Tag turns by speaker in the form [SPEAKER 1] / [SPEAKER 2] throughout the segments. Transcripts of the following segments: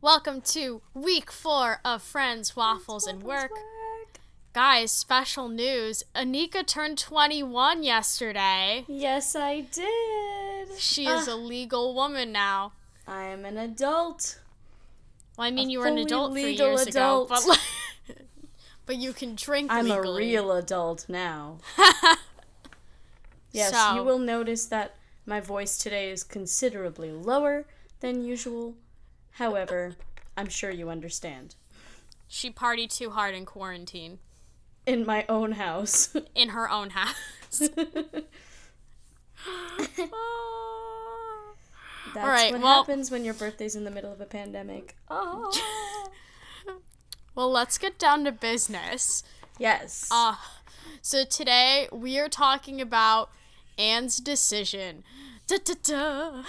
[SPEAKER 1] welcome to week four of Friends, Waffles, and Work. Guys, special news. Anika turned 21 yesterday.
[SPEAKER 2] Yes, I did.
[SPEAKER 1] She is a legal woman now.
[SPEAKER 2] I'm an adult.
[SPEAKER 1] Well, I mean, you were an
[SPEAKER 2] fully
[SPEAKER 1] adult three
[SPEAKER 2] legal
[SPEAKER 1] years
[SPEAKER 2] adult.
[SPEAKER 1] ago, but, like, but you can drink
[SPEAKER 2] I'm
[SPEAKER 1] legally.
[SPEAKER 2] a real adult now. Yes,
[SPEAKER 1] So-
[SPEAKER 2] you will notice that my voice today is considerably lower than usual. However, I'm sure you understand.
[SPEAKER 1] She partied too hard in quarantine
[SPEAKER 2] In my own house.
[SPEAKER 1] in her own house.
[SPEAKER 2] That's
[SPEAKER 1] right,
[SPEAKER 2] what
[SPEAKER 1] Ah. well-
[SPEAKER 2] happens when your birthday's in the middle of a pandemic.
[SPEAKER 1] well, let's get down to business.
[SPEAKER 2] Yes.
[SPEAKER 1] Uh, so today we are talking about Anne's decision. Da-da-da.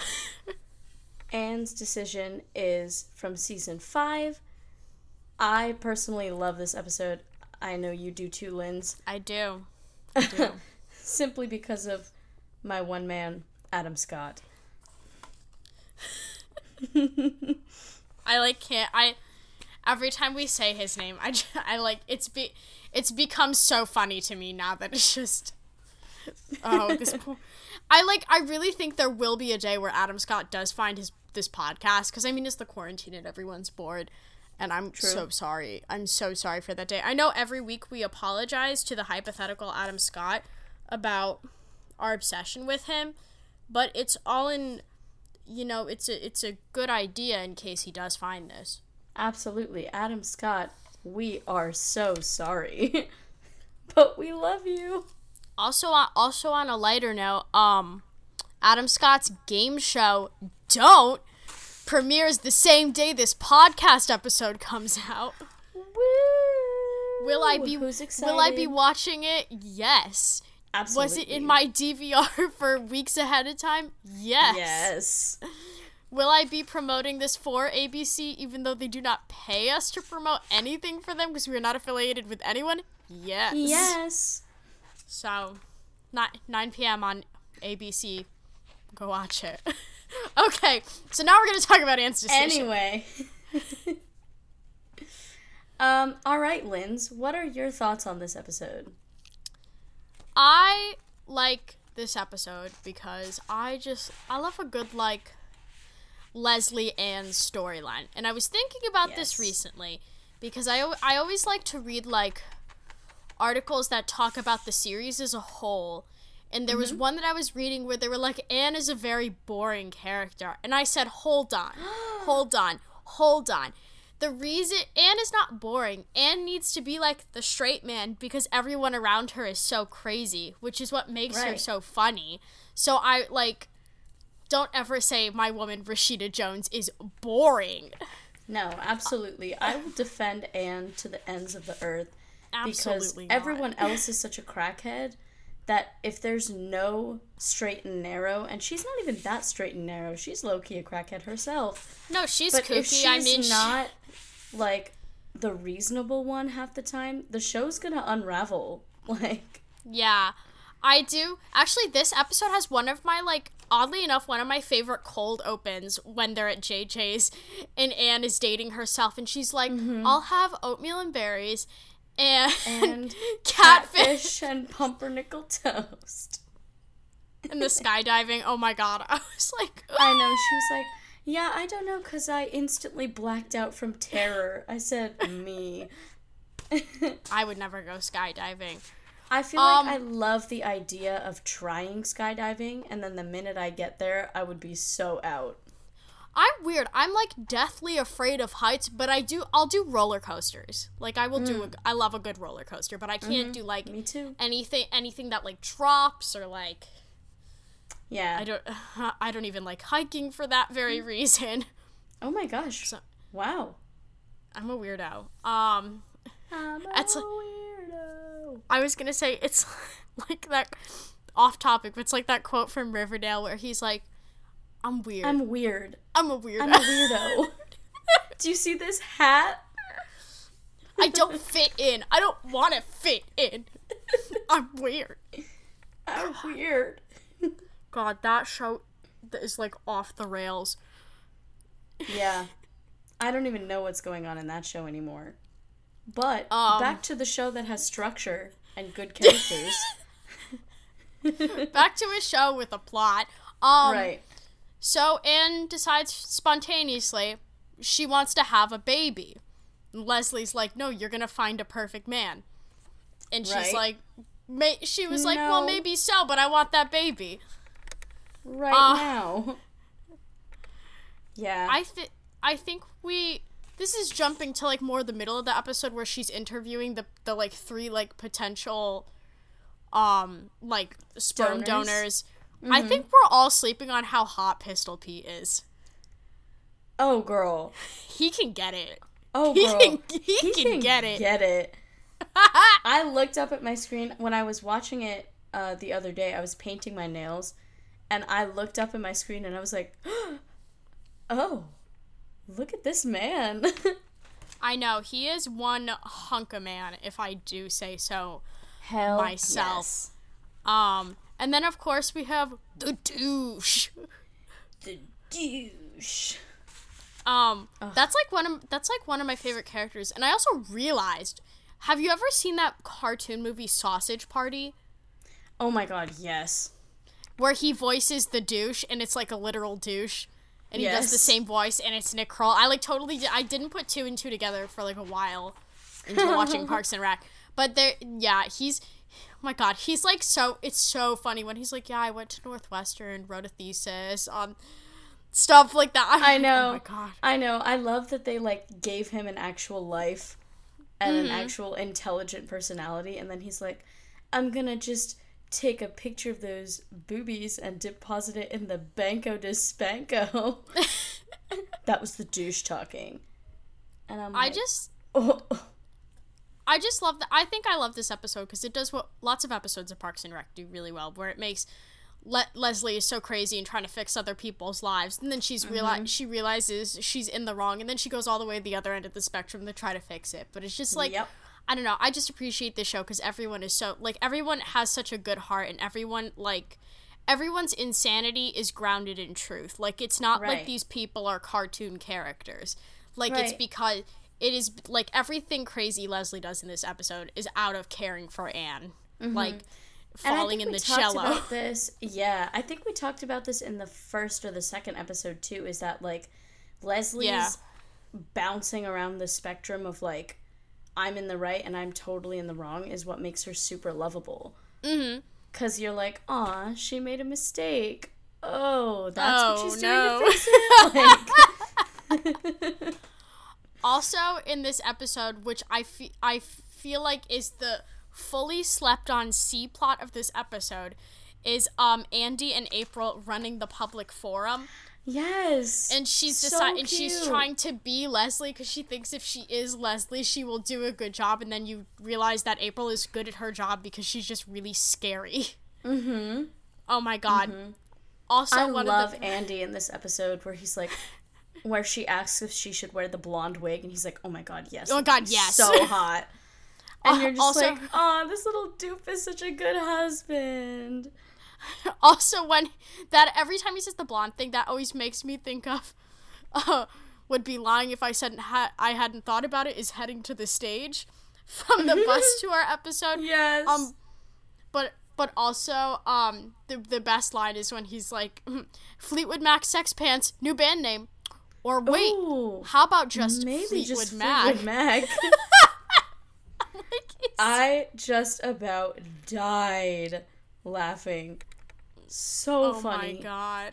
[SPEAKER 2] Anne's decision is from season five. I personally love this episode. I know you do too, Linz.
[SPEAKER 1] I do.
[SPEAKER 2] Simply because of my one man, Adam Scott.
[SPEAKER 1] I like can't. I every time we say his name, I ju- I like it's be it's become so funny to me now that it's just. Oh, this poor. I like. I really think there will be a day where Adam Scott does find his this podcast because I mean it's the quarantine and everyone's bored, and I'm so sorry. I'm so sorry for that day. I know every week we apologize to the hypothetical Adam Scott about our obsession with him, but it's all in you know it's a it's a good idea in case he does find this
[SPEAKER 2] Absolutely. Adam Scott, we are so sorry. but we love you.
[SPEAKER 1] also on also on a lighter note um adam scott's game show don't premieres the same day this podcast episode comes out
[SPEAKER 2] Woo!
[SPEAKER 1] will i be
[SPEAKER 2] Who's excited?
[SPEAKER 1] will i be watching it yes
[SPEAKER 2] Absolutely.
[SPEAKER 1] was it in my dvr for weeks ahead of time yes
[SPEAKER 2] Yes.
[SPEAKER 1] will i be promoting this for abc even though they do not pay us to promote anything for them because we're not affiliated with anyone yes
[SPEAKER 2] Yes.
[SPEAKER 1] So, not 9 p.m. on ABC. Go watch it. okay, so now we're going to talk about Anne's decision.
[SPEAKER 2] Anyway. um, all right, Linz, what are your thoughts on this episode?
[SPEAKER 1] I like this episode because I just, I love a good, like, Leslie Ann storyline. And I was thinking about
[SPEAKER 2] Yes.
[SPEAKER 1] this recently because I, al- I always like to read, like, articles that talk about the series as a whole. And there
[SPEAKER 2] Mm-hmm.
[SPEAKER 1] was one that I was reading where they were like, Anne is a very boring character. And I said, hold on, hold on, hold on. The reason Anne is not boring, Anne needs to be like the straight man because everyone around her is so crazy, which is what makes her
[SPEAKER 2] Right.
[SPEAKER 1] so funny. So I like, don't ever say my woman Rashida Jones is boring.
[SPEAKER 2] No, absolutely. I will defend Anne to the ends of the earth because
[SPEAKER 1] Absolutely. not.
[SPEAKER 2] everyone else is such a crackhead that if there's no straight and narrow, and she's not even that straight and narrow, she's low key a crackhead herself.
[SPEAKER 1] No, she's
[SPEAKER 2] But
[SPEAKER 1] kooky.
[SPEAKER 2] if she's
[SPEAKER 1] I mean, she-
[SPEAKER 2] not like the reasonable one half the time, the show's gonna unravel. Like,
[SPEAKER 1] Yeah. I do. Actually, this episode has one of my, like, oddly enough, one of my favorite cold opens when they're at JJ's and Anne is dating herself and she's like,
[SPEAKER 2] Mm-hmm.
[SPEAKER 1] I'll have oatmeal and berries and,
[SPEAKER 2] and
[SPEAKER 1] catfish
[SPEAKER 2] catfish and pumpernickel toast.
[SPEAKER 1] and the skydiving. Oh my god. I was like,
[SPEAKER 2] I know. She was like, Yeah, I don't know because I instantly blacked out from terror. I said, Me.
[SPEAKER 1] I would never go skydiving.
[SPEAKER 2] I feel
[SPEAKER 1] Um,
[SPEAKER 2] like I love the idea of trying skydiving, and then the minute I get there, I would be so out.
[SPEAKER 1] I'm weird. I'm like deathly afraid of heights, but I do. I'll do roller coasters. Like I will do. A, I love a good roller coaster, but I can't do like
[SPEAKER 2] Mm. Mm-hmm. Me too.
[SPEAKER 1] anything. Anything that like drops or like
[SPEAKER 2] Yeah.
[SPEAKER 1] I don't I don't even like hiking for that very
[SPEAKER 2] Mm.
[SPEAKER 1] reason.
[SPEAKER 2] oh my gosh.
[SPEAKER 1] So-
[SPEAKER 2] wow.
[SPEAKER 1] I'm a weirdo. Um
[SPEAKER 2] I'm a
[SPEAKER 1] That's like-
[SPEAKER 2] weirdo.
[SPEAKER 1] I was going to say it's like that off topic, but it's like that quote from Riverdale where he's like I'm weird. I'm,
[SPEAKER 2] I'm weird.
[SPEAKER 1] a weirdo.
[SPEAKER 2] I'm a weirdo. Do you see this hat?
[SPEAKER 1] I don't fit in. I don't want to fit in. I'm weird.
[SPEAKER 2] I'm weird.
[SPEAKER 1] God, that show that is like off the rails.
[SPEAKER 2] Yeah. I don't even know what's going on in that show anymore. But
[SPEAKER 1] Um.
[SPEAKER 2] back to the show that has structure and good characters.
[SPEAKER 1] Back to a show with a plot. Um,
[SPEAKER 2] right.
[SPEAKER 1] So Anne decides spontaneously she wants to have a baby. And Leslie's like, "No, you're gonna find a perfect man," and she's
[SPEAKER 2] Right.
[SPEAKER 1] like, may- "She was like, well,
[SPEAKER 2] No.
[SPEAKER 1] maybe so, but I want that baby."
[SPEAKER 2] Right
[SPEAKER 1] Uh.
[SPEAKER 2] now. Yeah.
[SPEAKER 1] I think I think we this is jumping to like more the middle of the episode where she's interviewing the the like three like potential um like sperm donors.
[SPEAKER 2] Donors.
[SPEAKER 1] I think we're all sleeping on how hot Pistol Pete is.
[SPEAKER 2] oh, girl.
[SPEAKER 1] He can get it.
[SPEAKER 2] Oh,
[SPEAKER 1] He
[SPEAKER 2] girl.
[SPEAKER 1] can he, can, get it.
[SPEAKER 2] Get it. I looked up at my screen when I was watching it uh, the other day. I was painting my nails, and I looked up at my screen and I was like, "Oh, look at this man!"
[SPEAKER 1] I know he is one hunk of man, if I do say so.
[SPEAKER 2] Hell,
[SPEAKER 1] Myself.
[SPEAKER 2] yes.
[SPEAKER 1] Um, and then of course we have the douche.
[SPEAKER 2] the douche.
[SPEAKER 1] Um, that's like one of that's like one of my favorite characters. And I also realized, have you ever seen that cartoon movie Sausage Party,
[SPEAKER 2] Oh my god, yes.
[SPEAKER 1] where he voices the douche and it's like a literal douche, and he does the
[SPEAKER 2] Yes.
[SPEAKER 1] same voice and it's Nick Kroll. I like totally di- I didn't put two and two together for like a while until watching Parks and Rec. But there, yeah, he's. Oh my god, he's like so. It's so funny when he's like, "Yeah, I went to Northwestern, wrote a thesis on stuff like that."
[SPEAKER 2] I know.
[SPEAKER 1] Oh my god.
[SPEAKER 2] I know. I love that they like gave him an actual life and
[SPEAKER 1] Mm-hmm.
[SPEAKER 2] an actual intelligent personality, and then he's like, "I'm gonna just take a picture of those boobies and deposit it in the Banco de Spanko." that was the douche talking, and I'm
[SPEAKER 1] I
[SPEAKER 2] like,
[SPEAKER 1] just
[SPEAKER 2] "Oh,
[SPEAKER 1] I just love that. I think I love this episode because it does what lots of episodes of Parks and Rec do really well, where it makes Le- Leslie is so crazy and trying to fix other people's lives, and then she's
[SPEAKER 2] Mm-hmm.
[SPEAKER 1] reali- she realizes she's in the wrong, and then she goes all the way to the other end of the spectrum to try to fix it. But it's just like
[SPEAKER 2] Yep.
[SPEAKER 1] I don't know. I just appreciate this show because everyone is so like everyone has such a good heart, and everyone like everyone's insanity is grounded in truth. Like it's not like
[SPEAKER 2] Right.
[SPEAKER 1] these people are cartoon characters. Like it's
[SPEAKER 2] Right.
[SPEAKER 1] because it is like everything crazy Leslie does in this episode is out of caring for Anne. Like
[SPEAKER 2] Mm-hmm. And I
[SPEAKER 1] falling
[SPEAKER 2] think
[SPEAKER 1] in
[SPEAKER 2] we
[SPEAKER 1] the
[SPEAKER 2] talked
[SPEAKER 1] cello.
[SPEAKER 2] About this, yeah, I think we talked about this in the first or the second episode too. Is that like Leslie's
[SPEAKER 1] Yeah.
[SPEAKER 2] bouncing around the spectrum of like I'm in the right and I'm totally in the wrong is what makes her super lovable. Mm-hmm. Cause you're like, aw, she made a mistake. Oh, that's
[SPEAKER 1] Oh,
[SPEAKER 2] what she's
[SPEAKER 1] no.
[SPEAKER 2] doing. To fix it? Like,
[SPEAKER 1] Oh, also in this episode which i, fe- I feel like is the fully slept on c plot of this episode is um andy and april running the public forum
[SPEAKER 2] yes.
[SPEAKER 1] and she's
[SPEAKER 2] So
[SPEAKER 1] decided and she's
[SPEAKER 2] cute.
[SPEAKER 1] trying to be leslie because she thinks if she is leslie she will do a good job and then you realize that april is good at her job because she's just really scary mm-hmm oh my god also
[SPEAKER 2] Mm-hmm. I
[SPEAKER 1] one
[SPEAKER 2] love
[SPEAKER 1] of the
[SPEAKER 2] Andy in this episode where he's like, where she asks if she should wear the blonde wig, and he's like, "Oh my god, yes!
[SPEAKER 1] Oh my
[SPEAKER 2] that'd
[SPEAKER 1] God,
[SPEAKER 2] be
[SPEAKER 1] yes." Uh,
[SPEAKER 2] so hot." And you're just
[SPEAKER 1] also-
[SPEAKER 2] like, "Oh, this little doof is such a good husband."
[SPEAKER 1] also when that every time he says the blonde thing that always makes me think of uh, would be lying if i said ha- i hadn't thought about it is heading to the stage from the bus to our episode
[SPEAKER 2] Yes.
[SPEAKER 1] Um, but but also um the, the best line is when he's like fleetwood mac sex pants new band name or wait
[SPEAKER 2] Ooh,
[SPEAKER 1] how about just
[SPEAKER 2] Oh, maybe
[SPEAKER 1] fleetwood
[SPEAKER 2] just
[SPEAKER 1] mac,
[SPEAKER 2] Fleetwood Mac. I just about died laughing. So
[SPEAKER 1] oh
[SPEAKER 2] funny.
[SPEAKER 1] my god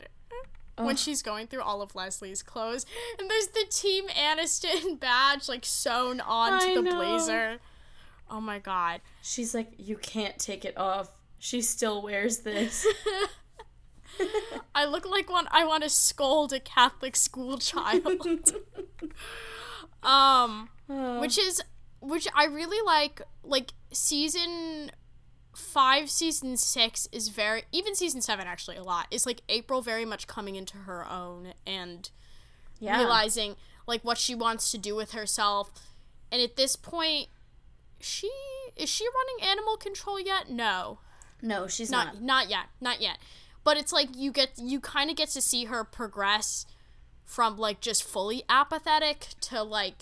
[SPEAKER 1] when she's going through all of Leslie's clothes, and there's the Team Aniston badge like sewn onto
[SPEAKER 2] I
[SPEAKER 1] the
[SPEAKER 2] know.
[SPEAKER 1] blazer. Oh my god.
[SPEAKER 2] She's like, "You can't take it off." She still wears this.
[SPEAKER 1] I look like one I want to scold a Catholic school child. um
[SPEAKER 2] Oh.
[SPEAKER 1] which is which I really like like season 5 season 6 is very even season 7 actually a lot. Is like April very much coming into her own and
[SPEAKER 2] yeah.
[SPEAKER 1] realizing like what she wants to do with herself. And at this point, she is she running animal control yet? No.
[SPEAKER 2] no, she's
[SPEAKER 1] Not not yet. Not yet. But it's like you get you kind of get to see her progress from like just fully apathetic to like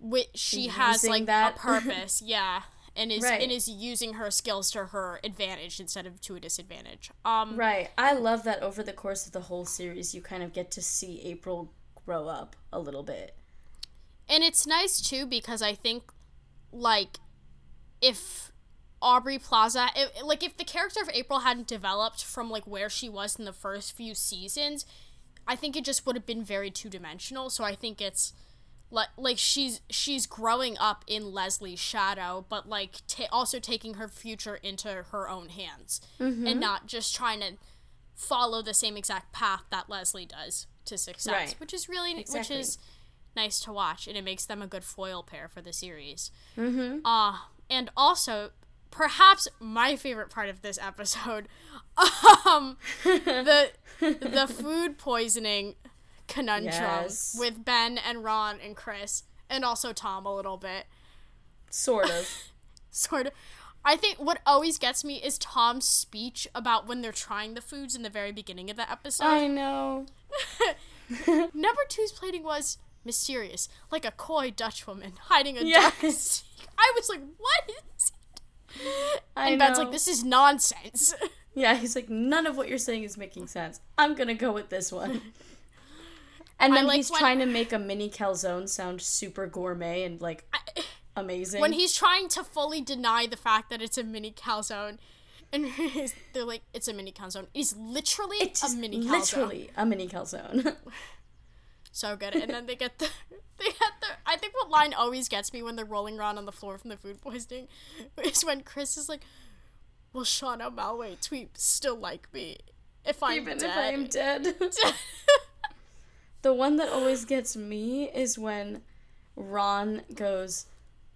[SPEAKER 1] which she has
[SPEAKER 2] Using
[SPEAKER 1] like
[SPEAKER 2] that.
[SPEAKER 1] a purpose yeah and is
[SPEAKER 2] Right.
[SPEAKER 1] and is using her skills to her advantage instead of to a disadvantage um
[SPEAKER 2] Right. I love that over the course of the whole series, you kind of get to see April grow up a little bit.
[SPEAKER 1] and it's nice too because i think like if aubrey plaza if, like if the character of april hadn't developed from like where she was in the first few seasons i think it just would have been very two-dimensional so i think it's like like she's she's growing up in leslie's shadow but like ta also taking her future into her own hands and not just trying to follow the same exact path that leslie does to success
[SPEAKER 2] Right.
[SPEAKER 1] which is really
[SPEAKER 2] Exactly.
[SPEAKER 1] which is nice to watch and it makes them a good foil pair for the series. Mm-hmm. Uh, and also, perhaps my favorite part of this episode, um, the the food poisoning conundrum
[SPEAKER 2] Yes.
[SPEAKER 1] with Ben and Ron and Chris and also Tom a little bit.
[SPEAKER 2] Sort of.
[SPEAKER 1] Sort of. I think what always gets me is Tom's speech about when they're trying the foods in the very beginning of the episode.
[SPEAKER 2] I know.
[SPEAKER 1] Number two's plating was mysterious, like a coy Dutch woman hiding a
[SPEAKER 2] Yes.
[SPEAKER 1] dark secret. I was like, what is it?
[SPEAKER 2] I
[SPEAKER 1] and
[SPEAKER 2] know.
[SPEAKER 1] Ben's like, this is nonsense.
[SPEAKER 2] Yeah, he's like, none of what you're saying is making sense. I'm gonna go with this one. And then
[SPEAKER 1] like
[SPEAKER 2] he's
[SPEAKER 1] when-
[SPEAKER 2] trying to make a mini calzone sound super gourmet and like amazing.
[SPEAKER 1] when he's trying to fully deny the fact that it's a mini calzone, and he's- they're like, it's a mini calzone. It's literally
[SPEAKER 2] it's
[SPEAKER 1] a
[SPEAKER 2] just
[SPEAKER 1] mini calzone.
[SPEAKER 2] literally a mini calzone.
[SPEAKER 1] So good. And then they get the. They get the. I think what line always gets me when they're rolling around on the floor from the food poisoning is when Chris is like, will Sean O'Malway tweet still like me if I'm
[SPEAKER 2] Even
[SPEAKER 1] dead?
[SPEAKER 2] if I am dead. the one that always gets me is when Ron goes,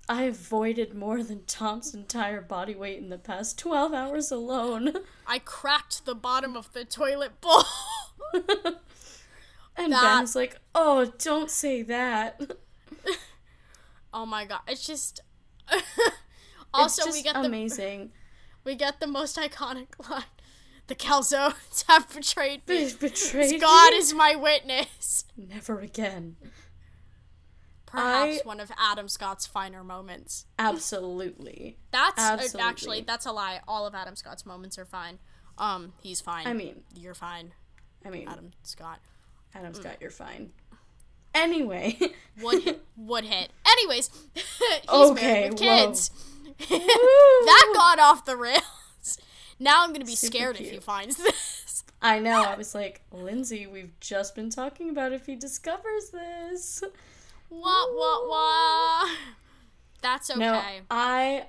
[SPEAKER 2] I have voided more than Tom's entire body weight in the past 12 hours alone.
[SPEAKER 1] I cracked the bottom of the toilet bowl.
[SPEAKER 2] And
[SPEAKER 1] That-
[SPEAKER 2] Ben's like, oh, don't say that.
[SPEAKER 1] oh my god, it's just. also,
[SPEAKER 2] it's just
[SPEAKER 1] we get the
[SPEAKER 2] amazing.
[SPEAKER 1] we get the most iconic line. The calzones have betrayed me.
[SPEAKER 2] They've betrayed
[SPEAKER 1] God
[SPEAKER 2] me.
[SPEAKER 1] is my witness.
[SPEAKER 2] Never again.
[SPEAKER 1] Perhaps
[SPEAKER 2] I-
[SPEAKER 1] one of Adam Scott's finer moments.
[SPEAKER 2] Absolutely.
[SPEAKER 1] That's uh,
[SPEAKER 2] Absolutely.
[SPEAKER 1] actually that's a lie. All of Adam Scott's moments are fine. Um, he's fine.
[SPEAKER 2] I mean,
[SPEAKER 1] you're fine,
[SPEAKER 2] I mean, Adam,
[SPEAKER 1] Adam Mm. Scott.
[SPEAKER 2] Scott, you're fine. Anyway,
[SPEAKER 1] Would hit, would hit. Anyways, he's
[SPEAKER 2] Okay,
[SPEAKER 1] married with
[SPEAKER 2] whoa.
[SPEAKER 1] kids. that got off the rails. Now I'm gonna be
[SPEAKER 2] Super
[SPEAKER 1] scared if
[SPEAKER 2] cute.
[SPEAKER 1] he finds this.
[SPEAKER 2] I know. I was like, Lindsay, we've just been talking about if he discovers this.
[SPEAKER 1] Wah wah wah. That's okay.
[SPEAKER 2] No, I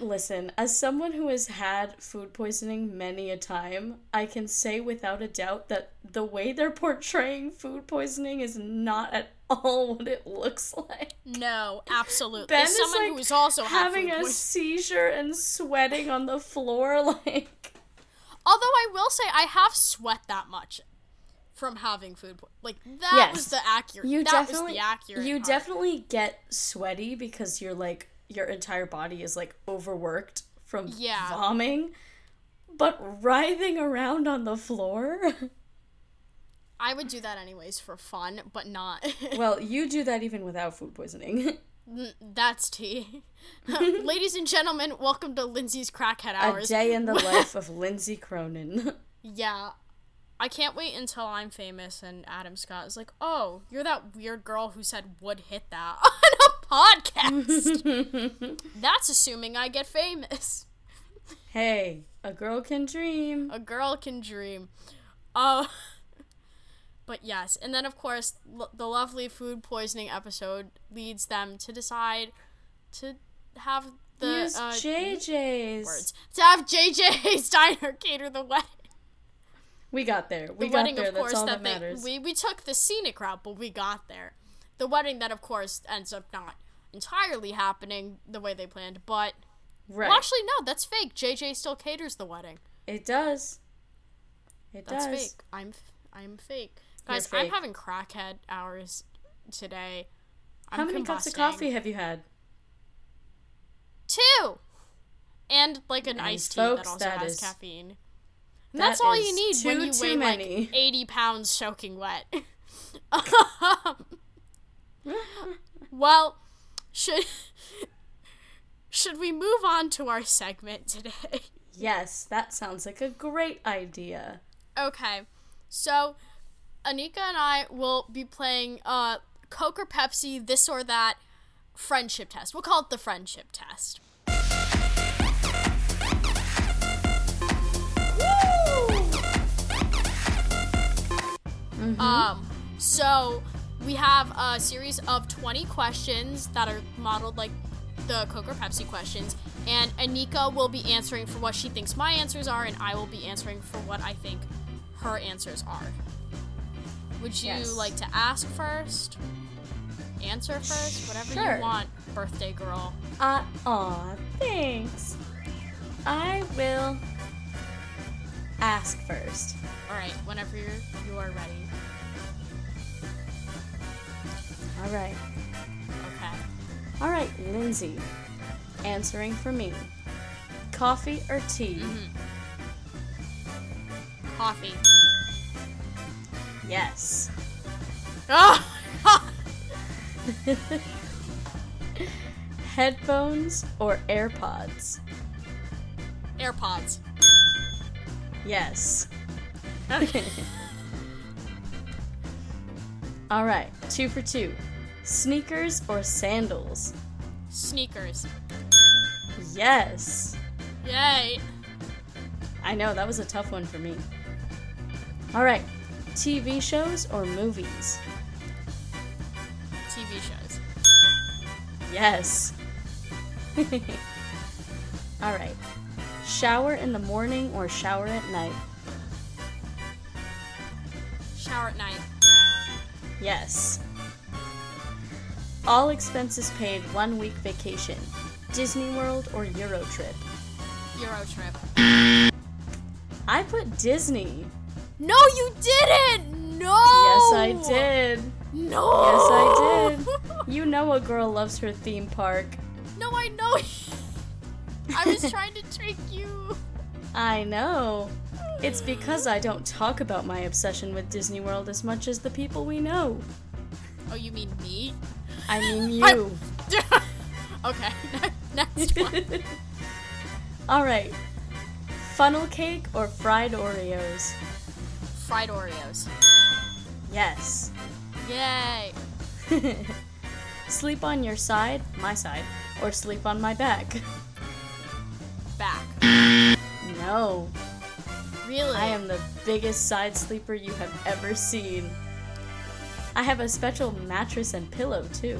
[SPEAKER 2] listen. As someone who has had food poisoning many a time, I can say without a doubt that the way they're portraying food poisoning is not at all what it looks like.
[SPEAKER 1] No, absolutely.
[SPEAKER 2] Ben
[SPEAKER 1] As
[SPEAKER 2] is,
[SPEAKER 1] someone
[SPEAKER 2] like,
[SPEAKER 1] who is also had
[SPEAKER 2] Having
[SPEAKER 1] food
[SPEAKER 2] a
[SPEAKER 1] poisoning-
[SPEAKER 2] seizure and sweating on the floor, like
[SPEAKER 1] Although I will say I have sweat that much from having food po- like that
[SPEAKER 2] Yes.
[SPEAKER 1] was the accurate
[SPEAKER 2] you
[SPEAKER 1] that
[SPEAKER 2] definitely,
[SPEAKER 1] was the accurate
[SPEAKER 2] you
[SPEAKER 1] part.
[SPEAKER 2] definitely get sweaty because you're like your entire body is like overworked from
[SPEAKER 1] Yeah.
[SPEAKER 2] vomiting. But writhing around on the floor.
[SPEAKER 1] I would do that anyways for fun, but not
[SPEAKER 2] Well, you do that even without food poisoning.
[SPEAKER 1] that's tea. Ladies and gentlemen, welcome to Lindsay's Crackhead
[SPEAKER 2] a
[SPEAKER 1] Hours.
[SPEAKER 2] day in the life of Lindsay Cronin.
[SPEAKER 1] Yeah. I can't wait until I'm famous and Adam Scott is like, "Oh, you're that weird girl who said would hit that on a podcast." That's assuming I get famous.
[SPEAKER 2] hey, a girl can dream.
[SPEAKER 1] a girl can dream. Uh, but yes, and then of course l- the lovely food poisoning episode leads them to decide to have the
[SPEAKER 2] Use
[SPEAKER 1] uh,
[SPEAKER 2] JJ's.
[SPEAKER 1] words to have JJ's diner cater the wedding.
[SPEAKER 2] We got there. We
[SPEAKER 1] The
[SPEAKER 2] got
[SPEAKER 1] wedding,
[SPEAKER 2] there.
[SPEAKER 1] of course,
[SPEAKER 2] That's all
[SPEAKER 1] that,
[SPEAKER 2] that,
[SPEAKER 1] they
[SPEAKER 2] matters.
[SPEAKER 1] we we took the scenic route, but we got there. The wedding that of course ends up not entirely happening the way they planned, but
[SPEAKER 2] right.
[SPEAKER 1] well, actually no, that's fake. JJ still caters the wedding.
[SPEAKER 2] it does. It
[SPEAKER 1] That's
[SPEAKER 2] does.
[SPEAKER 1] fake. I'm f- I'm fake. Guys, I'm
[SPEAKER 2] fake.
[SPEAKER 1] having crackhead hours today. I'm
[SPEAKER 2] How many cups of
[SPEAKER 1] combusting.
[SPEAKER 2] coffee have you had?
[SPEAKER 1] Two. And like an iced tea
[SPEAKER 2] folks,
[SPEAKER 1] that also
[SPEAKER 2] that
[SPEAKER 1] has
[SPEAKER 2] is-
[SPEAKER 1] caffeine. And
[SPEAKER 2] that
[SPEAKER 1] that's all you
[SPEAKER 2] is
[SPEAKER 1] need when
[SPEAKER 2] too,
[SPEAKER 1] you
[SPEAKER 2] too
[SPEAKER 1] weigh
[SPEAKER 2] many.
[SPEAKER 1] like 80 pounds soaking wet. well, should should we move on to our segment today?
[SPEAKER 2] Yes, that sounds like a great idea.
[SPEAKER 1] Okay. So, Anika and I will be playing uh Coke or Pepsi, this or that friendship test. We'll call it the friendship test. Um, so we have a series of 20 questions that are modeled like the Coke or Pepsi questions, and Anika will be answering for what she thinks my answers are, and I will be answering for what I think her answers are. Would you
[SPEAKER 2] Yes.
[SPEAKER 1] like to ask first? Answer first? Whatever
[SPEAKER 2] Sure.
[SPEAKER 1] you want, birthday girl.
[SPEAKER 2] Uh, aw, thanks. I will ask first.
[SPEAKER 1] All right, whenever you're, you are ready.
[SPEAKER 2] All right.
[SPEAKER 1] Okay.
[SPEAKER 2] All right, Lindsay. Answering for me. Coffee or tea?
[SPEAKER 1] Mm-hmm. Coffee.
[SPEAKER 2] Yes.
[SPEAKER 1] Oh,
[SPEAKER 2] Headphones or AirPods?
[SPEAKER 1] AirPods.
[SPEAKER 2] Yes. All right, two for two. Sneakers or sandals?
[SPEAKER 1] Sneakers.
[SPEAKER 2] Yes.
[SPEAKER 1] Yay.
[SPEAKER 2] I know, that was a tough one for me. All right, TV shows or movies?
[SPEAKER 1] TV shows.
[SPEAKER 2] Yes. All right, shower in the morning or shower at night?
[SPEAKER 1] Shower at night.
[SPEAKER 2] Yes. All expenses paid, one week vacation. Disney World or Euro trip?
[SPEAKER 1] Euro trip.
[SPEAKER 2] I put Disney.
[SPEAKER 1] No, you didn't. No.
[SPEAKER 2] Yes, I
[SPEAKER 1] Oh.
[SPEAKER 2] did.
[SPEAKER 1] No.
[SPEAKER 2] Yes, I You know a girl loves her theme park.
[SPEAKER 1] did. no, I know. I was trying to trick you.
[SPEAKER 2] I know. It's because I don't talk about my obsession with Disney World as much as the people we know.
[SPEAKER 1] Oh, you mean me?
[SPEAKER 2] I mean you.
[SPEAKER 1] okay. Next one.
[SPEAKER 2] All right. Funnel cake or fried Oreos?
[SPEAKER 1] Fried Oreos.
[SPEAKER 2] Yes.
[SPEAKER 1] Yay.
[SPEAKER 2] sleep on your side, my side, or sleep on my back?
[SPEAKER 1] Back.
[SPEAKER 2] No.
[SPEAKER 1] Really?
[SPEAKER 2] I am the biggest side sleeper you have ever seen. I have a special mattress and pillow too.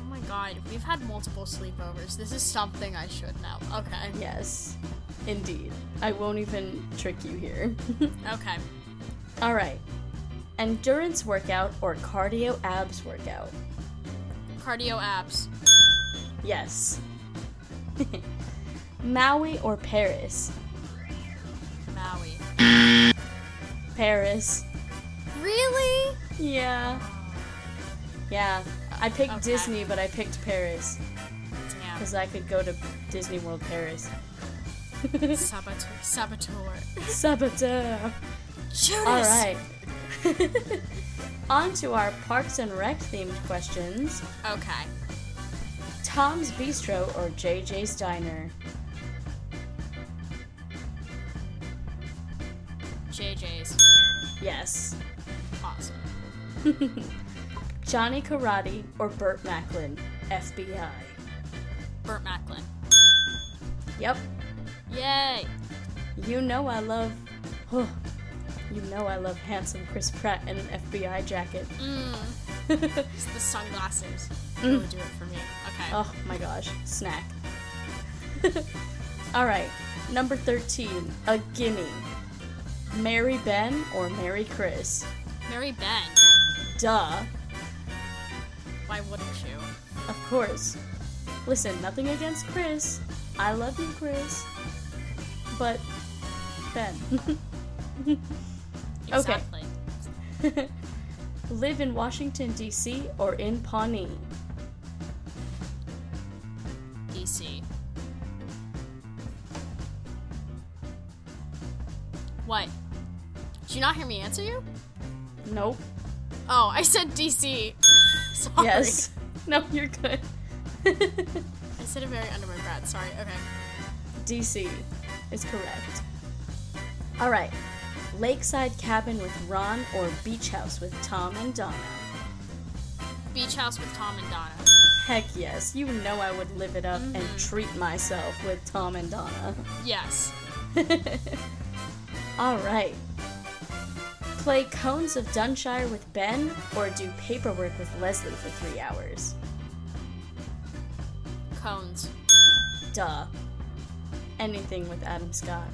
[SPEAKER 1] Oh my god, we've had multiple sleepovers. This is something I should know. Okay.
[SPEAKER 2] Yes, indeed. I won't even trick you here.
[SPEAKER 1] Okay.
[SPEAKER 2] All right. Endurance workout or cardio abs workout?
[SPEAKER 1] Cardio abs.
[SPEAKER 2] Yes. Maui or Paris?
[SPEAKER 1] Maui.
[SPEAKER 2] Paris.
[SPEAKER 1] Really?
[SPEAKER 2] Yeah. Yeah. I picked
[SPEAKER 1] Okay.
[SPEAKER 2] Disney, but I picked Paris
[SPEAKER 1] Damn.
[SPEAKER 2] because I could go to Disney World Paris.
[SPEAKER 1] Saboteur. Saboteur.
[SPEAKER 2] Saboteur.
[SPEAKER 1] Judas.
[SPEAKER 2] All right. On to our Parks and Rec themed questions.
[SPEAKER 1] Okay.
[SPEAKER 2] Tom's Bistro or JJ's Diner?
[SPEAKER 1] JJ's.
[SPEAKER 2] Yes.
[SPEAKER 1] Awesome.
[SPEAKER 2] Johnny Karate or Burt Macklin? FBI.
[SPEAKER 1] Burt Macklin.
[SPEAKER 2] Yep.
[SPEAKER 1] Yay.
[SPEAKER 2] You know I love. you know I love handsome Chris Pratt in an FBI jacket.
[SPEAKER 1] Mm. It's the sunglasses. Really do it for me. Okay.
[SPEAKER 2] Oh my gosh, snack. All right, number 13, a gimme. Mary Ben or Mary Chris?
[SPEAKER 1] Mary Ben.
[SPEAKER 2] Duh,
[SPEAKER 1] Why wouldn't you?
[SPEAKER 2] of course. Listen, nothing against Chris. I love you, Chris. But Ben.
[SPEAKER 1] Exactly.
[SPEAKER 2] Live in Washington, D.C. or in Pawnee?
[SPEAKER 1] DC. What? Did you not hear me answer you?
[SPEAKER 2] Nope.
[SPEAKER 1] Oh, I said DC. Sorry.
[SPEAKER 2] Yes. No, you're good.
[SPEAKER 1] I said it very under my breath. Sorry. Okay.
[SPEAKER 2] DC is correct. All right. Lakeside cabin with Ron or beach house with Tom and Donna?
[SPEAKER 1] Beach house with Tom and Donna.
[SPEAKER 2] Heck yes. You know I would live it up and treat myself with Tom and Donna.
[SPEAKER 1] Yes.
[SPEAKER 2] All right. Play Cones of Dunshire with Ben or do paperwork with Leslie for three hours?
[SPEAKER 1] Cones.
[SPEAKER 2] Duh. Anything with Adam Scott.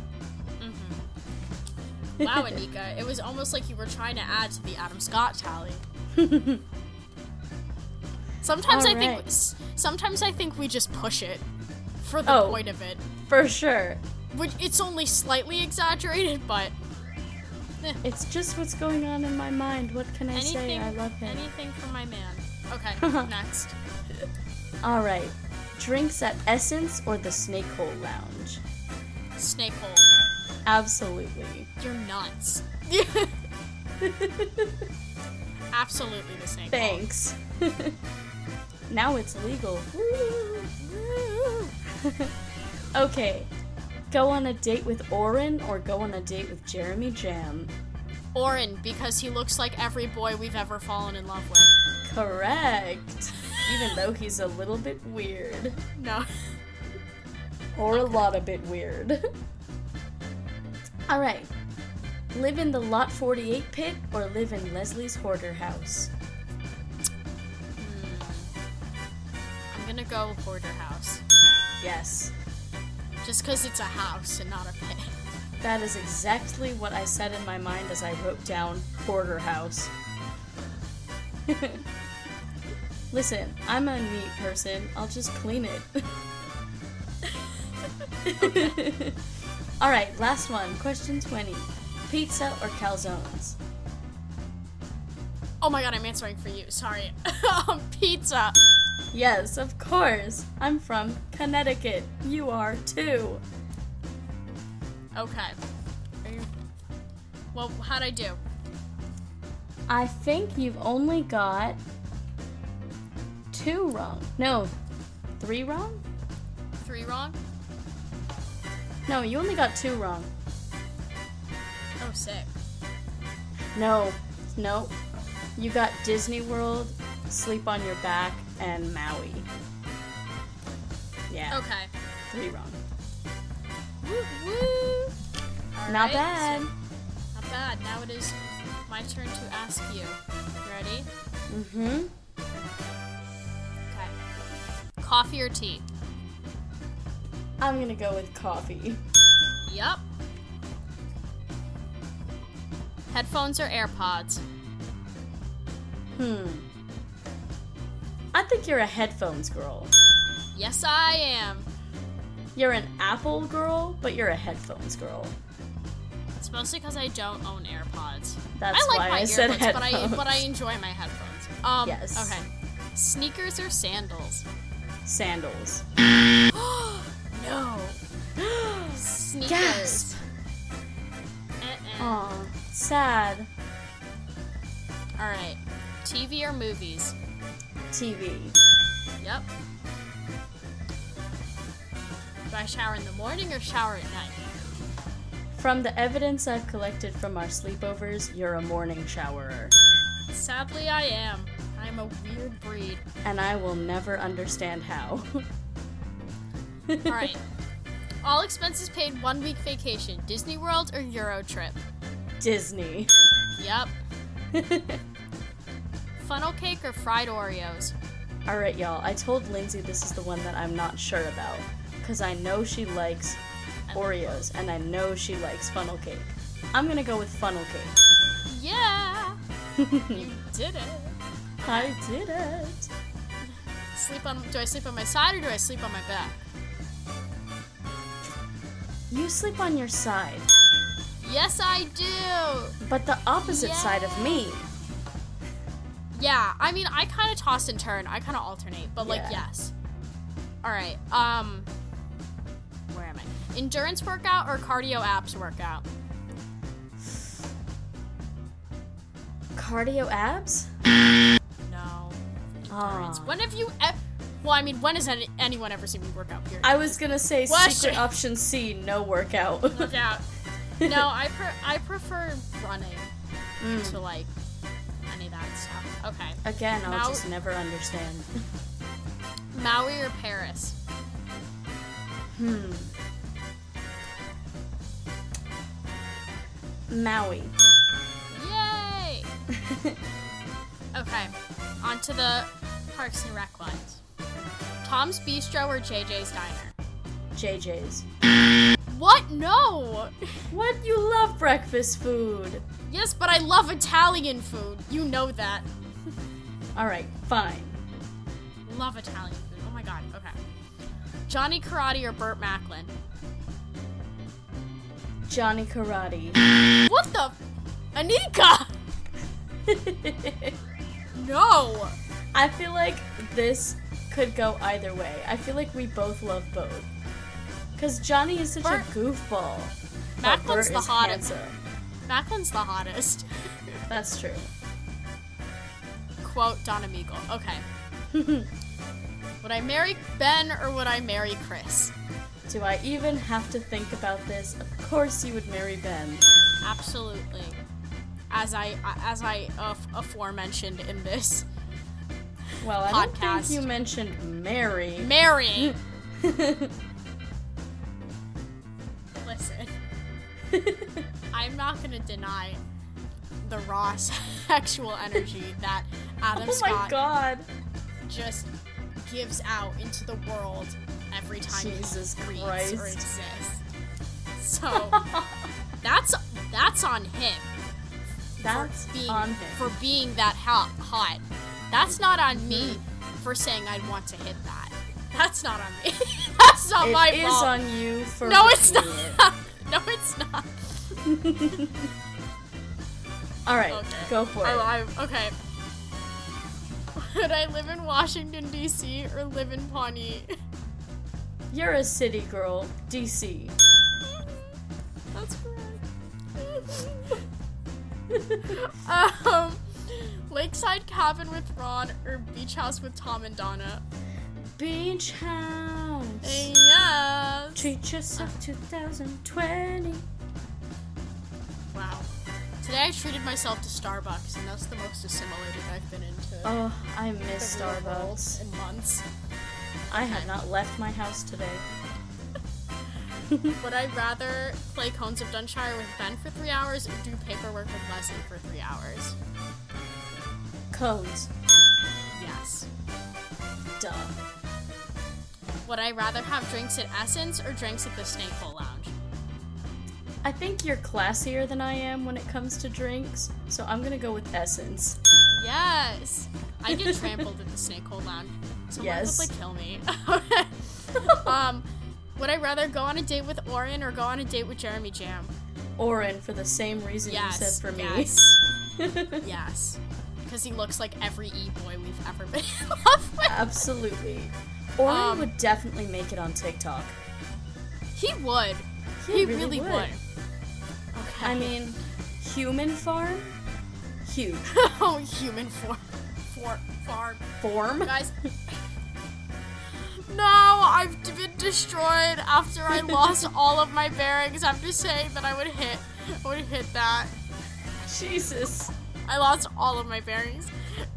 [SPEAKER 1] Wow, Anika. it was almost like you were trying to add to the Adam Scott tally. sometimes I think
[SPEAKER 2] Alright.
[SPEAKER 1] s- sometimes I think we just push it for the
[SPEAKER 2] Oh.
[SPEAKER 1] point of it.
[SPEAKER 2] For sure.
[SPEAKER 1] Which it's only slightly exaggerated, but
[SPEAKER 2] It's just what's going on in my mind. What can I say?
[SPEAKER 1] anything
[SPEAKER 2] I love him.
[SPEAKER 1] anything for my man. Okay, next.
[SPEAKER 2] All right. Drinks at Essence or the Snake Hole Lounge?
[SPEAKER 1] Snake hole.
[SPEAKER 2] Absolutely.
[SPEAKER 1] You're nuts. Absolutely the snake hole.
[SPEAKER 2] Thanks. now it's legal. Woo. okay. Go on a date with Oren or go on a date with Jeremy Jam?
[SPEAKER 1] Orin, because he looks like every boy we've ever fallen in love with.
[SPEAKER 2] Correct. Even though he's a little bit weird.
[SPEAKER 1] No.
[SPEAKER 2] Or a lot a bit weird. All right. Live in the Lot 48 pit or live in Leslie's hoarder house?
[SPEAKER 1] I'm gonna go hoarder house.
[SPEAKER 2] Yes.
[SPEAKER 1] Just because it's a house and not a pit.
[SPEAKER 2] That is exactly what I said in my mind as I wrote down hoarder house. Listen, I'm a neat person. I'll just clean it. All right, last one. Question 20. Pizza or calzones?
[SPEAKER 1] Oh my god, I'm answering for you. Sorry. um, pizza.
[SPEAKER 2] Yes, of course. I'm from Connecticut. You are too.
[SPEAKER 1] Okay. Are you... Well, how'd I do?
[SPEAKER 2] I think you've only got two wrong. No, three wrong?
[SPEAKER 1] Three wrong?
[SPEAKER 2] No, you only got two wrong.
[SPEAKER 1] Oh, sick.
[SPEAKER 2] No, no. You got Disney World, Sleep on Your Back, and Maui. Yeah,
[SPEAKER 1] Okay.
[SPEAKER 2] three wrong.
[SPEAKER 1] Woo woo. All
[SPEAKER 2] Not
[SPEAKER 1] right,
[SPEAKER 2] bad.
[SPEAKER 1] so- not bad. Now it is my turn to ask you. Ready?
[SPEAKER 2] Mm-hmm.
[SPEAKER 1] Okay. Coffee or tea?
[SPEAKER 2] I'm gonna go with coffee.
[SPEAKER 1] Yup. Headphones or AirPods?
[SPEAKER 2] Hmm. I think you're a headphones girl.
[SPEAKER 1] Yes, I am.
[SPEAKER 2] You're an Apple girl, but you're a headphones girl.
[SPEAKER 1] It's mostly because I don't own AirPods.
[SPEAKER 2] That's
[SPEAKER 1] I like
[SPEAKER 2] why
[SPEAKER 1] my
[SPEAKER 2] I
[SPEAKER 1] earbuds,
[SPEAKER 2] said
[SPEAKER 1] but I
[SPEAKER 2] headphones.
[SPEAKER 1] but I enjoy my headphones. Um,
[SPEAKER 2] Yes.
[SPEAKER 1] Okay. Sneakers or sandals?
[SPEAKER 2] Sandals.
[SPEAKER 1] no. Sneakers.
[SPEAKER 2] Gasp.
[SPEAKER 1] Uh-uh.
[SPEAKER 2] Aw, sad.
[SPEAKER 1] All right. TV or movies?
[SPEAKER 2] TV.
[SPEAKER 1] Yep. Do I shower in the morning or shower at night?
[SPEAKER 2] From the evidence I've collected from our sleepovers, you're a morning showerer.
[SPEAKER 1] Sadly, I am. I'm a weird breed.
[SPEAKER 2] And I will never understand how.
[SPEAKER 1] All right. All expenses paid, one week vacation, Disney World or Euro trip.
[SPEAKER 2] Disney.
[SPEAKER 1] Yep. Funnel cake or fried Oreos?
[SPEAKER 2] Alright, y'all, I told Lindsay this is the one that I'm not sure about. Because I know she likes Oreos, and I know she likes funnel cake. I'm gonna go with funnel cake.
[SPEAKER 1] Yeah! you did it.
[SPEAKER 2] I did it!
[SPEAKER 1] Sleep on do I sleep on my side or do I sleep on my back?
[SPEAKER 2] You sleep on your side,
[SPEAKER 1] Yes I do!
[SPEAKER 2] but the opposite side of me.
[SPEAKER 1] Yeah, I mean I kinda toss and turn. I kinda alternate, but like
[SPEAKER 2] Yeah.
[SPEAKER 1] yes. Alright, um where am I? Endurance workout or cardio abs workout?
[SPEAKER 2] cardio abs?
[SPEAKER 1] No.
[SPEAKER 2] Ah.
[SPEAKER 1] When have you? E- well, I mean, when has any- anyone ever seen me work out? Period.
[SPEAKER 2] I was gonna say
[SPEAKER 1] What?
[SPEAKER 2] secret option C, no workout.
[SPEAKER 1] work out. No, I pre- I prefer running
[SPEAKER 2] Mm.
[SPEAKER 1] to like any of that stuff. Okay,
[SPEAKER 2] Again, I'll
[SPEAKER 1] Now-
[SPEAKER 2] just never understand.
[SPEAKER 1] Maui or Paris?
[SPEAKER 2] Maui.
[SPEAKER 1] Yay! okay, on to the Parks and Rec ones. Tom's Bistro or JJ's Diner?
[SPEAKER 2] JJ's.
[SPEAKER 1] What? No!
[SPEAKER 2] What? You love breakfast food.
[SPEAKER 1] Yes, but I love Italian food. You know that.
[SPEAKER 2] Alright, fine.
[SPEAKER 1] Love Italian food. Oh my god, okay. Johnny Karate or Burt Macklin?
[SPEAKER 2] Johnny Karate.
[SPEAKER 1] What the? Anika! No!
[SPEAKER 2] I feel like this could go either way. I feel like we both love both. Cause Johnny is such
[SPEAKER 1] Bert-
[SPEAKER 2] a goofball. but
[SPEAKER 1] Macklin's
[SPEAKER 2] Bert
[SPEAKER 1] the
[SPEAKER 2] is
[SPEAKER 1] hottest.
[SPEAKER 2] handsome.
[SPEAKER 1] Macklin's the hottest.
[SPEAKER 2] That's true.
[SPEAKER 1] Quote Don Amigo. Okay. would I marry Ben or would I marry Chris?
[SPEAKER 2] Do I even have to think about this? Of course you would marry Ben.
[SPEAKER 1] Absolutely. As I as I uh, aforementioned in this,
[SPEAKER 2] Well, I don't
[SPEAKER 1] Podcast.
[SPEAKER 2] think you mentioned Mary.
[SPEAKER 1] marry. Listen, I'm not gonna deny the raw sexual energy that Adam
[SPEAKER 2] oh my
[SPEAKER 1] Scott
[SPEAKER 2] god.
[SPEAKER 1] just gives out into the world every time
[SPEAKER 2] Jesus
[SPEAKER 1] he breathes or
[SPEAKER 2] Christ.
[SPEAKER 1] exists. So that's that's on him
[SPEAKER 2] That's
[SPEAKER 1] for being
[SPEAKER 2] on him.
[SPEAKER 1] for being that hot. hot. That's not on me
[SPEAKER 2] Mm-hmm.
[SPEAKER 1] for saying I'd want to hit that. That's not on me. that's not
[SPEAKER 2] It
[SPEAKER 1] my
[SPEAKER 2] is
[SPEAKER 1] fault.
[SPEAKER 2] on you for
[SPEAKER 1] no, it's
[SPEAKER 2] making it.
[SPEAKER 1] not. no, it's not.
[SPEAKER 2] All right,
[SPEAKER 1] Okay.
[SPEAKER 2] go for it.
[SPEAKER 1] I, I, okay. Would I live in Washington D.C. or live in Pawnee?
[SPEAKER 2] You're a city girl, DC.
[SPEAKER 1] That's correct. um, lakeside cabin with Ron or beach house with Tom and Donna?
[SPEAKER 2] Beach house.
[SPEAKER 1] Yes.
[SPEAKER 2] Treat yourself 2020.
[SPEAKER 1] Wow. Today I treated myself to Starbucks, and that's the most assimilated I've been into
[SPEAKER 2] Oh, I
[SPEAKER 1] the
[SPEAKER 2] miss
[SPEAKER 1] real world
[SPEAKER 2] Starbucks.
[SPEAKER 1] in months.
[SPEAKER 2] I have not left my house today.
[SPEAKER 1] Would I rather play Cones of Dunshire with Ben for three hours or do paperwork with Leslie for three hours?
[SPEAKER 2] Cones.
[SPEAKER 1] Yes.
[SPEAKER 2] Duh.
[SPEAKER 1] Would I rather have drinks at Essence or drinks at the Snakeful Lounge?
[SPEAKER 2] I think you're classier than I am when it comes to drinks, so I'm gonna go with Essence.
[SPEAKER 1] Yes. I get trampled at the snake hole lounge. Someone
[SPEAKER 2] Yes.
[SPEAKER 1] would like kill me. um, would I rather go on a date with Oren or go on a date with Jeremy Jam?
[SPEAKER 2] Orin, for the same reason
[SPEAKER 1] Yes.
[SPEAKER 2] you said for me.
[SPEAKER 1] Yes. yes. Because he looks like every e boy we've ever been in love with.
[SPEAKER 2] Absolutely. Orin
[SPEAKER 1] Um,
[SPEAKER 2] would definitely make it on TikTok.
[SPEAKER 1] He would. He, really, would. Okay.
[SPEAKER 2] I mean, human farm? Huge.
[SPEAKER 1] oh, human form. For, farm.
[SPEAKER 2] Form?
[SPEAKER 1] Guys. No, I've d- been destroyed after I lost all of my bearings after saying that I would hit I would hit that.
[SPEAKER 2] Jesus.
[SPEAKER 1] I lost all of my bearings.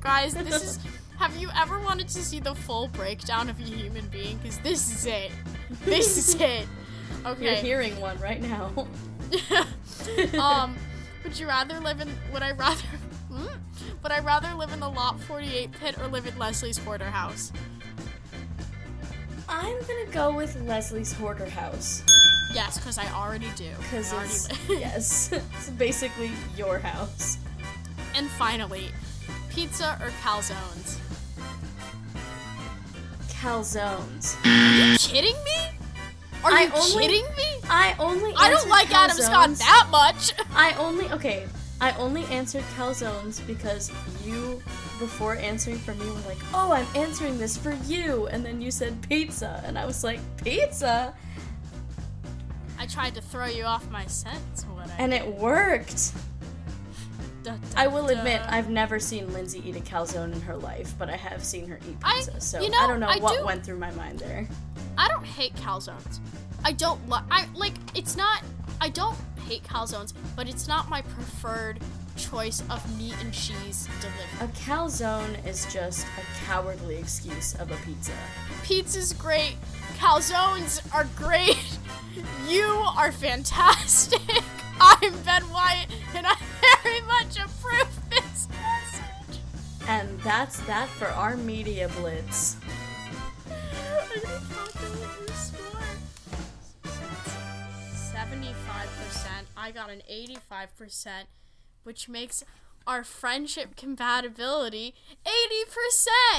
[SPEAKER 1] Guys, this is have you ever wanted to see the full breakdown of a human being? Because this is it. This is it.
[SPEAKER 2] You're
[SPEAKER 1] Okay.
[SPEAKER 2] hearing one right now.
[SPEAKER 1] um would you rather live in would I rather mm, would I rather live in the lot 48 pit or live in Leslie's hoarder house?
[SPEAKER 2] I'm gonna go with Leslie's hoarder house.
[SPEAKER 1] Yes, because I already do. I
[SPEAKER 2] Because
[SPEAKER 1] already
[SPEAKER 2] it's,
[SPEAKER 1] live-
[SPEAKER 2] yes, it's basically your house.
[SPEAKER 1] And finally, pizza or calzones?
[SPEAKER 2] Calzones.
[SPEAKER 1] Are you kidding me? Are
[SPEAKER 2] I
[SPEAKER 1] you
[SPEAKER 2] only-
[SPEAKER 1] kidding me?
[SPEAKER 2] I only
[SPEAKER 1] I don't
[SPEAKER 2] answered
[SPEAKER 1] like Adam Scott
[SPEAKER 2] calzones-
[SPEAKER 1] that much.
[SPEAKER 2] I only, okay, I only answered calzones because you, before answering for me, were like, oh, I'm answering this for you. And then you said pizza. And I was like, pizza?
[SPEAKER 1] I tried to throw you off my scent. What I
[SPEAKER 2] And it worked.
[SPEAKER 1] da, da,
[SPEAKER 2] I will admit,
[SPEAKER 1] da.
[SPEAKER 2] I've never seen Lindsay eat a calzone in her life, but I have seen her eat
[SPEAKER 1] I-
[SPEAKER 2] pizza. so
[SPEAKER 1] you
[SPEAKER 2] I
[SPEAKER 1] know,
[SPEAKER 2] don't know
[SPEAKER 1] I
[SPEAKER 2] what
[SPEAKER 1] do-
[SPEAKER 2] went through my mind there.
[SPEAKER 1] I don't hate calzones. I don't love. I like. It's not. I don't hate calzones, but it's not my preferred choice of meat and cheese delivery.
[SPEAKER 2] A calzone is just a cowardly excuse of a pizza.
[SPEAKER 1] Pizza's great. Calzones are great. You are fantastic. I'm Ben Wyatt, and I very much approve this message.
[SPEAKER 2] And that's that for our media blitz.
[SPEAKER 1] I don't fucking know the score. 75%. I got an 85%, which makes our friendship compatibility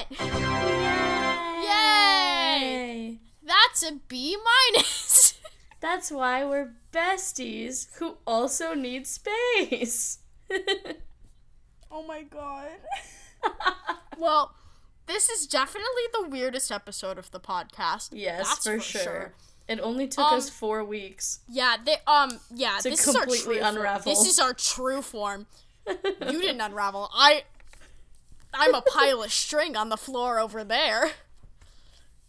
[SPEAKER 1] 80%. Yay!
[SPEAKER 2] Yay!
[SPEAKER 1] That's a B minus.
[SPEAKER 2] That's why we're besties who also need space.
[SPEAKER 1] oh my god. well, this is definitely the weirdest episode of the podcast.
[SPEAKER 2] yes,
[SPEAKER 1] That's
[SPEAKER 2] for, sure. It only took
[SPEAKER 1] Um,
[SPEAKER 2] us four weeks.
[SPEAKER 1] Yeah, they um yeah,
[SPEAKER 2] To
[SPEAKER 1] this is our
[SPEAKER 2] completely
[SPEAKER 1] true form.
[SPEAKER 2] unravel.
[SPEAKER 1] This is our true form. you didn't unravel. I I'm a pile of string on the floor over there.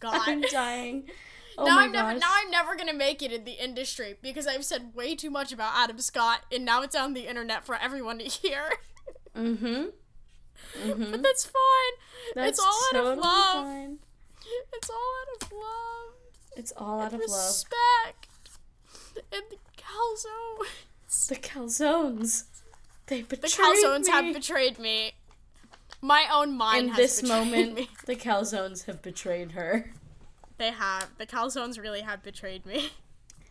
[SPEAKER 1] God.
[SPEAKER 2] I'm dying. Oh
[SPEAKER 1] now
[SPEAKER 2] my
[SPEAKER 1] I'm never
[SPEAKER 2] gosh.
[SPEAKER 1] now I'm never gonna make it in the industry because I've said way too much about Adam Scott and now it's on the internet for everyone to hear.
[SPEAKER 2] Mm-hmm.
[SPEAKER 1] but that's fine.
[SPEAKER 2] That's
[SPEAKER 1] it's all out
[SPEAKER 2] totally
[SPEAKER 1] of love.
[SPEAKER 2] fine.
[SPEAKER 1] It's all out of love.
[SPEAKER 2] It's all out of love.
[SPEAKER 1] Respect. And the calzones.
[SPEAKER 2] The calzones. They betrayed
[SPEAKER 1] The calzones
[SPEAKER 2] me.
[SPEAKER 1] have betrayed me. My own mind
[SPEAKER 2] In
[SPEAKER 1] has
[SPEAKER 2] this
[SPEAKER 1] betrayed
[SPEAKER 2] moment,
[SPEAKER 1] me.
[SPEAKER 2] the calzones have betrayed her.
[SPEAKER 1] They have. The calzones really have betrayed me.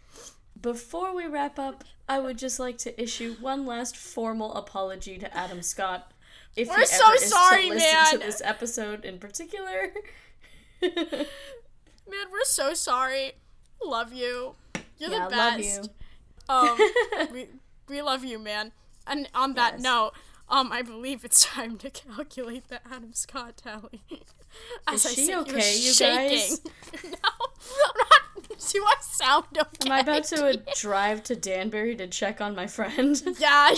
[SPEAKER 2] Before we wrap up, I would just like to issue one last formal apology to Adam Scott. If he
[SPEAKER 1] We're so
[SPEAKER 2] ever is
[SPEAKER 1] sorry,
[SPEAKER 2] to listen to
[SPEAKER 1] man.
[SPEAKER 2] this episode in particular.
[SPEAKER 1] Man, we're so sorry. Love you. You're
[SPEAKER 2] yeah,
[SPEAKER 1] the
[SPEAKER 2] love
[SPEAKER 1] best.
[SPEAKER 2] you.
[SPEAKER 1] Um, we, we love you, man. And on that
[SPEAKER 2] Yes.
[SPEAKER 1] note, um, I believe it's time to calculate the Adam Scott tally. As I
[SPEAKER 2] Is she
[SPEAKER 1] sit here
[SPEAKER 2] okay, you
[SPEAKER 1] shaking.
[SPEAKER 2] guys?
[SPEAKER 1] no, I'm not. Do I sound okay?
[SPEAKER 2] Am I about to uh, drive to Danbury to check on my friend?
[SPEAKER 1] Yeah.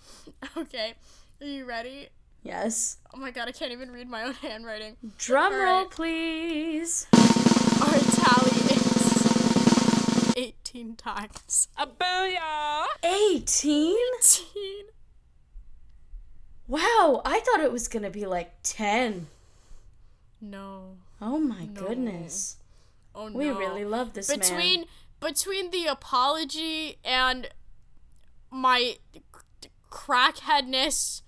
[SPEAKER 1] okay. Are you ready?
[SPEAKER 2] yes.
[SPEAKER 1] Oh my god, I can't even read my own handwriting.
[SPEAKER 2] Drum
[SPEAKER 1] All
[SPEAKER 2] roll,
[SPEAKER 1] right.
[SPEAKER 2] please.
[SPEAKER 1] Our tally is 18 times. A booyah!
[SPEAKER 2] 18?
[SPEAKER 1] 18.
[SPEAKER 2] Wow, I thought it was gonna be like 10.
[SPEAKER 1] No.
[SPEAKER 2] Oh my goodness.
[SPEAKER 1] Oh no.
[SPEAKER 2] We really love this
[SPEAKER 1] between
[SPEAKER 2] man.
[SPEAKER 1] between the apology and my c- crackheadness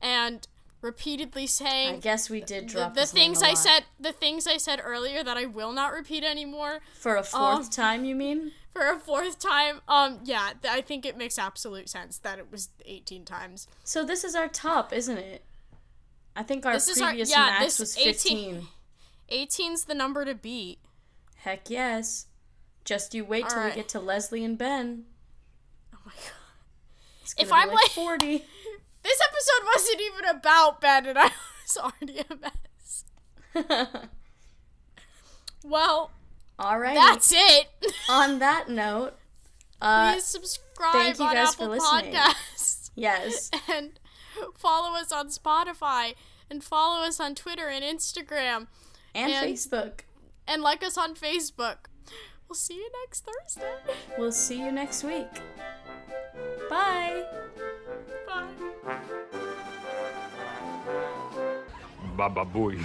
[SPEAKER 1] and repeatedly
[SPEAKER 2] I
[SPEAKER 1] saying
[SPEAKER 2] guess we did
[SPEAKER 1] the,
[SPEAKER 2] drop
[SPEAKER 1] the
[SPEAKER 2] his name
[SPEAKER 1] things
[SPEAKER 2] a
[SPEAKER 1] I
[SPEAKER 2] lot.
[SPEAKER 1] said the things I said earlier that I will not repeat anymore
[SPEAKER 2] for a fourth
[SPEAKER 1] Oh.
[SPEAKER 2] time. You mean?
[SPEAKER 1] for a fourth time um yeah th- I think it makes absolute sense that it was 18 times
[SPEAKER 2] So this is our top, isn't it? I think our
[SPEAKER 1] This is our-
[SPEAKER 2] previous
[SPEAKER 1] yeah,
[SPEAKER 2] max
[SPEAKER 1] this
[SPEAKER 2] was
[SPEAKER 1] 18.
[SPEAKER 2] fifteen.
[SPEAKER 1] 18's the number to beat.
[SPEAKER 2] Heck yes. Just you wait till
[SPEAKER 1] Alright.
[SPEAKER 2] we get to Leslie and Ben.
[SPEAKER 1] Oh my god.
[SPEAKER 2] It's gonna
[SPEAKER 1] If
[SPEAKER 2] be
[SPEAKER 1] I'm
[SPEAKER 2] like
[SPEAKER 1] like-
[SPEAKER 2] forty,
[SPEAKER 1] This episode wasn't even about Ben and I was already a mess. Well,
[SPEAKER 2] all right.
[SPEAKER 1] that's it.
[SPEAKER 2] On that note, uh,
[SPEAKER 1] Please subscribe
[SPEAKER 2] thank you
[SPEAKER 1] on
[SPEAKER 2] guys for
[SPEAKER 1] Apple
[SPEAKER 2] listening.
[SPEAKER 1] Podcasts
[SPEAKER 2] yes,
[SPEAKER 1] and follow us on Spotify and follow us on Twitter and Instagram
[SPEAKER 2] and,
[SPEAKER 1] And-
[SPEAKER 2] Facebook.
[SPEAKER 1] and like us on Facebook. We'll see you next Thursday.
[SPEAKER 2] We'll see you next week. Bye.
[SPEAKER 1] Bye.
[SPEAKER 3] Baba Booey.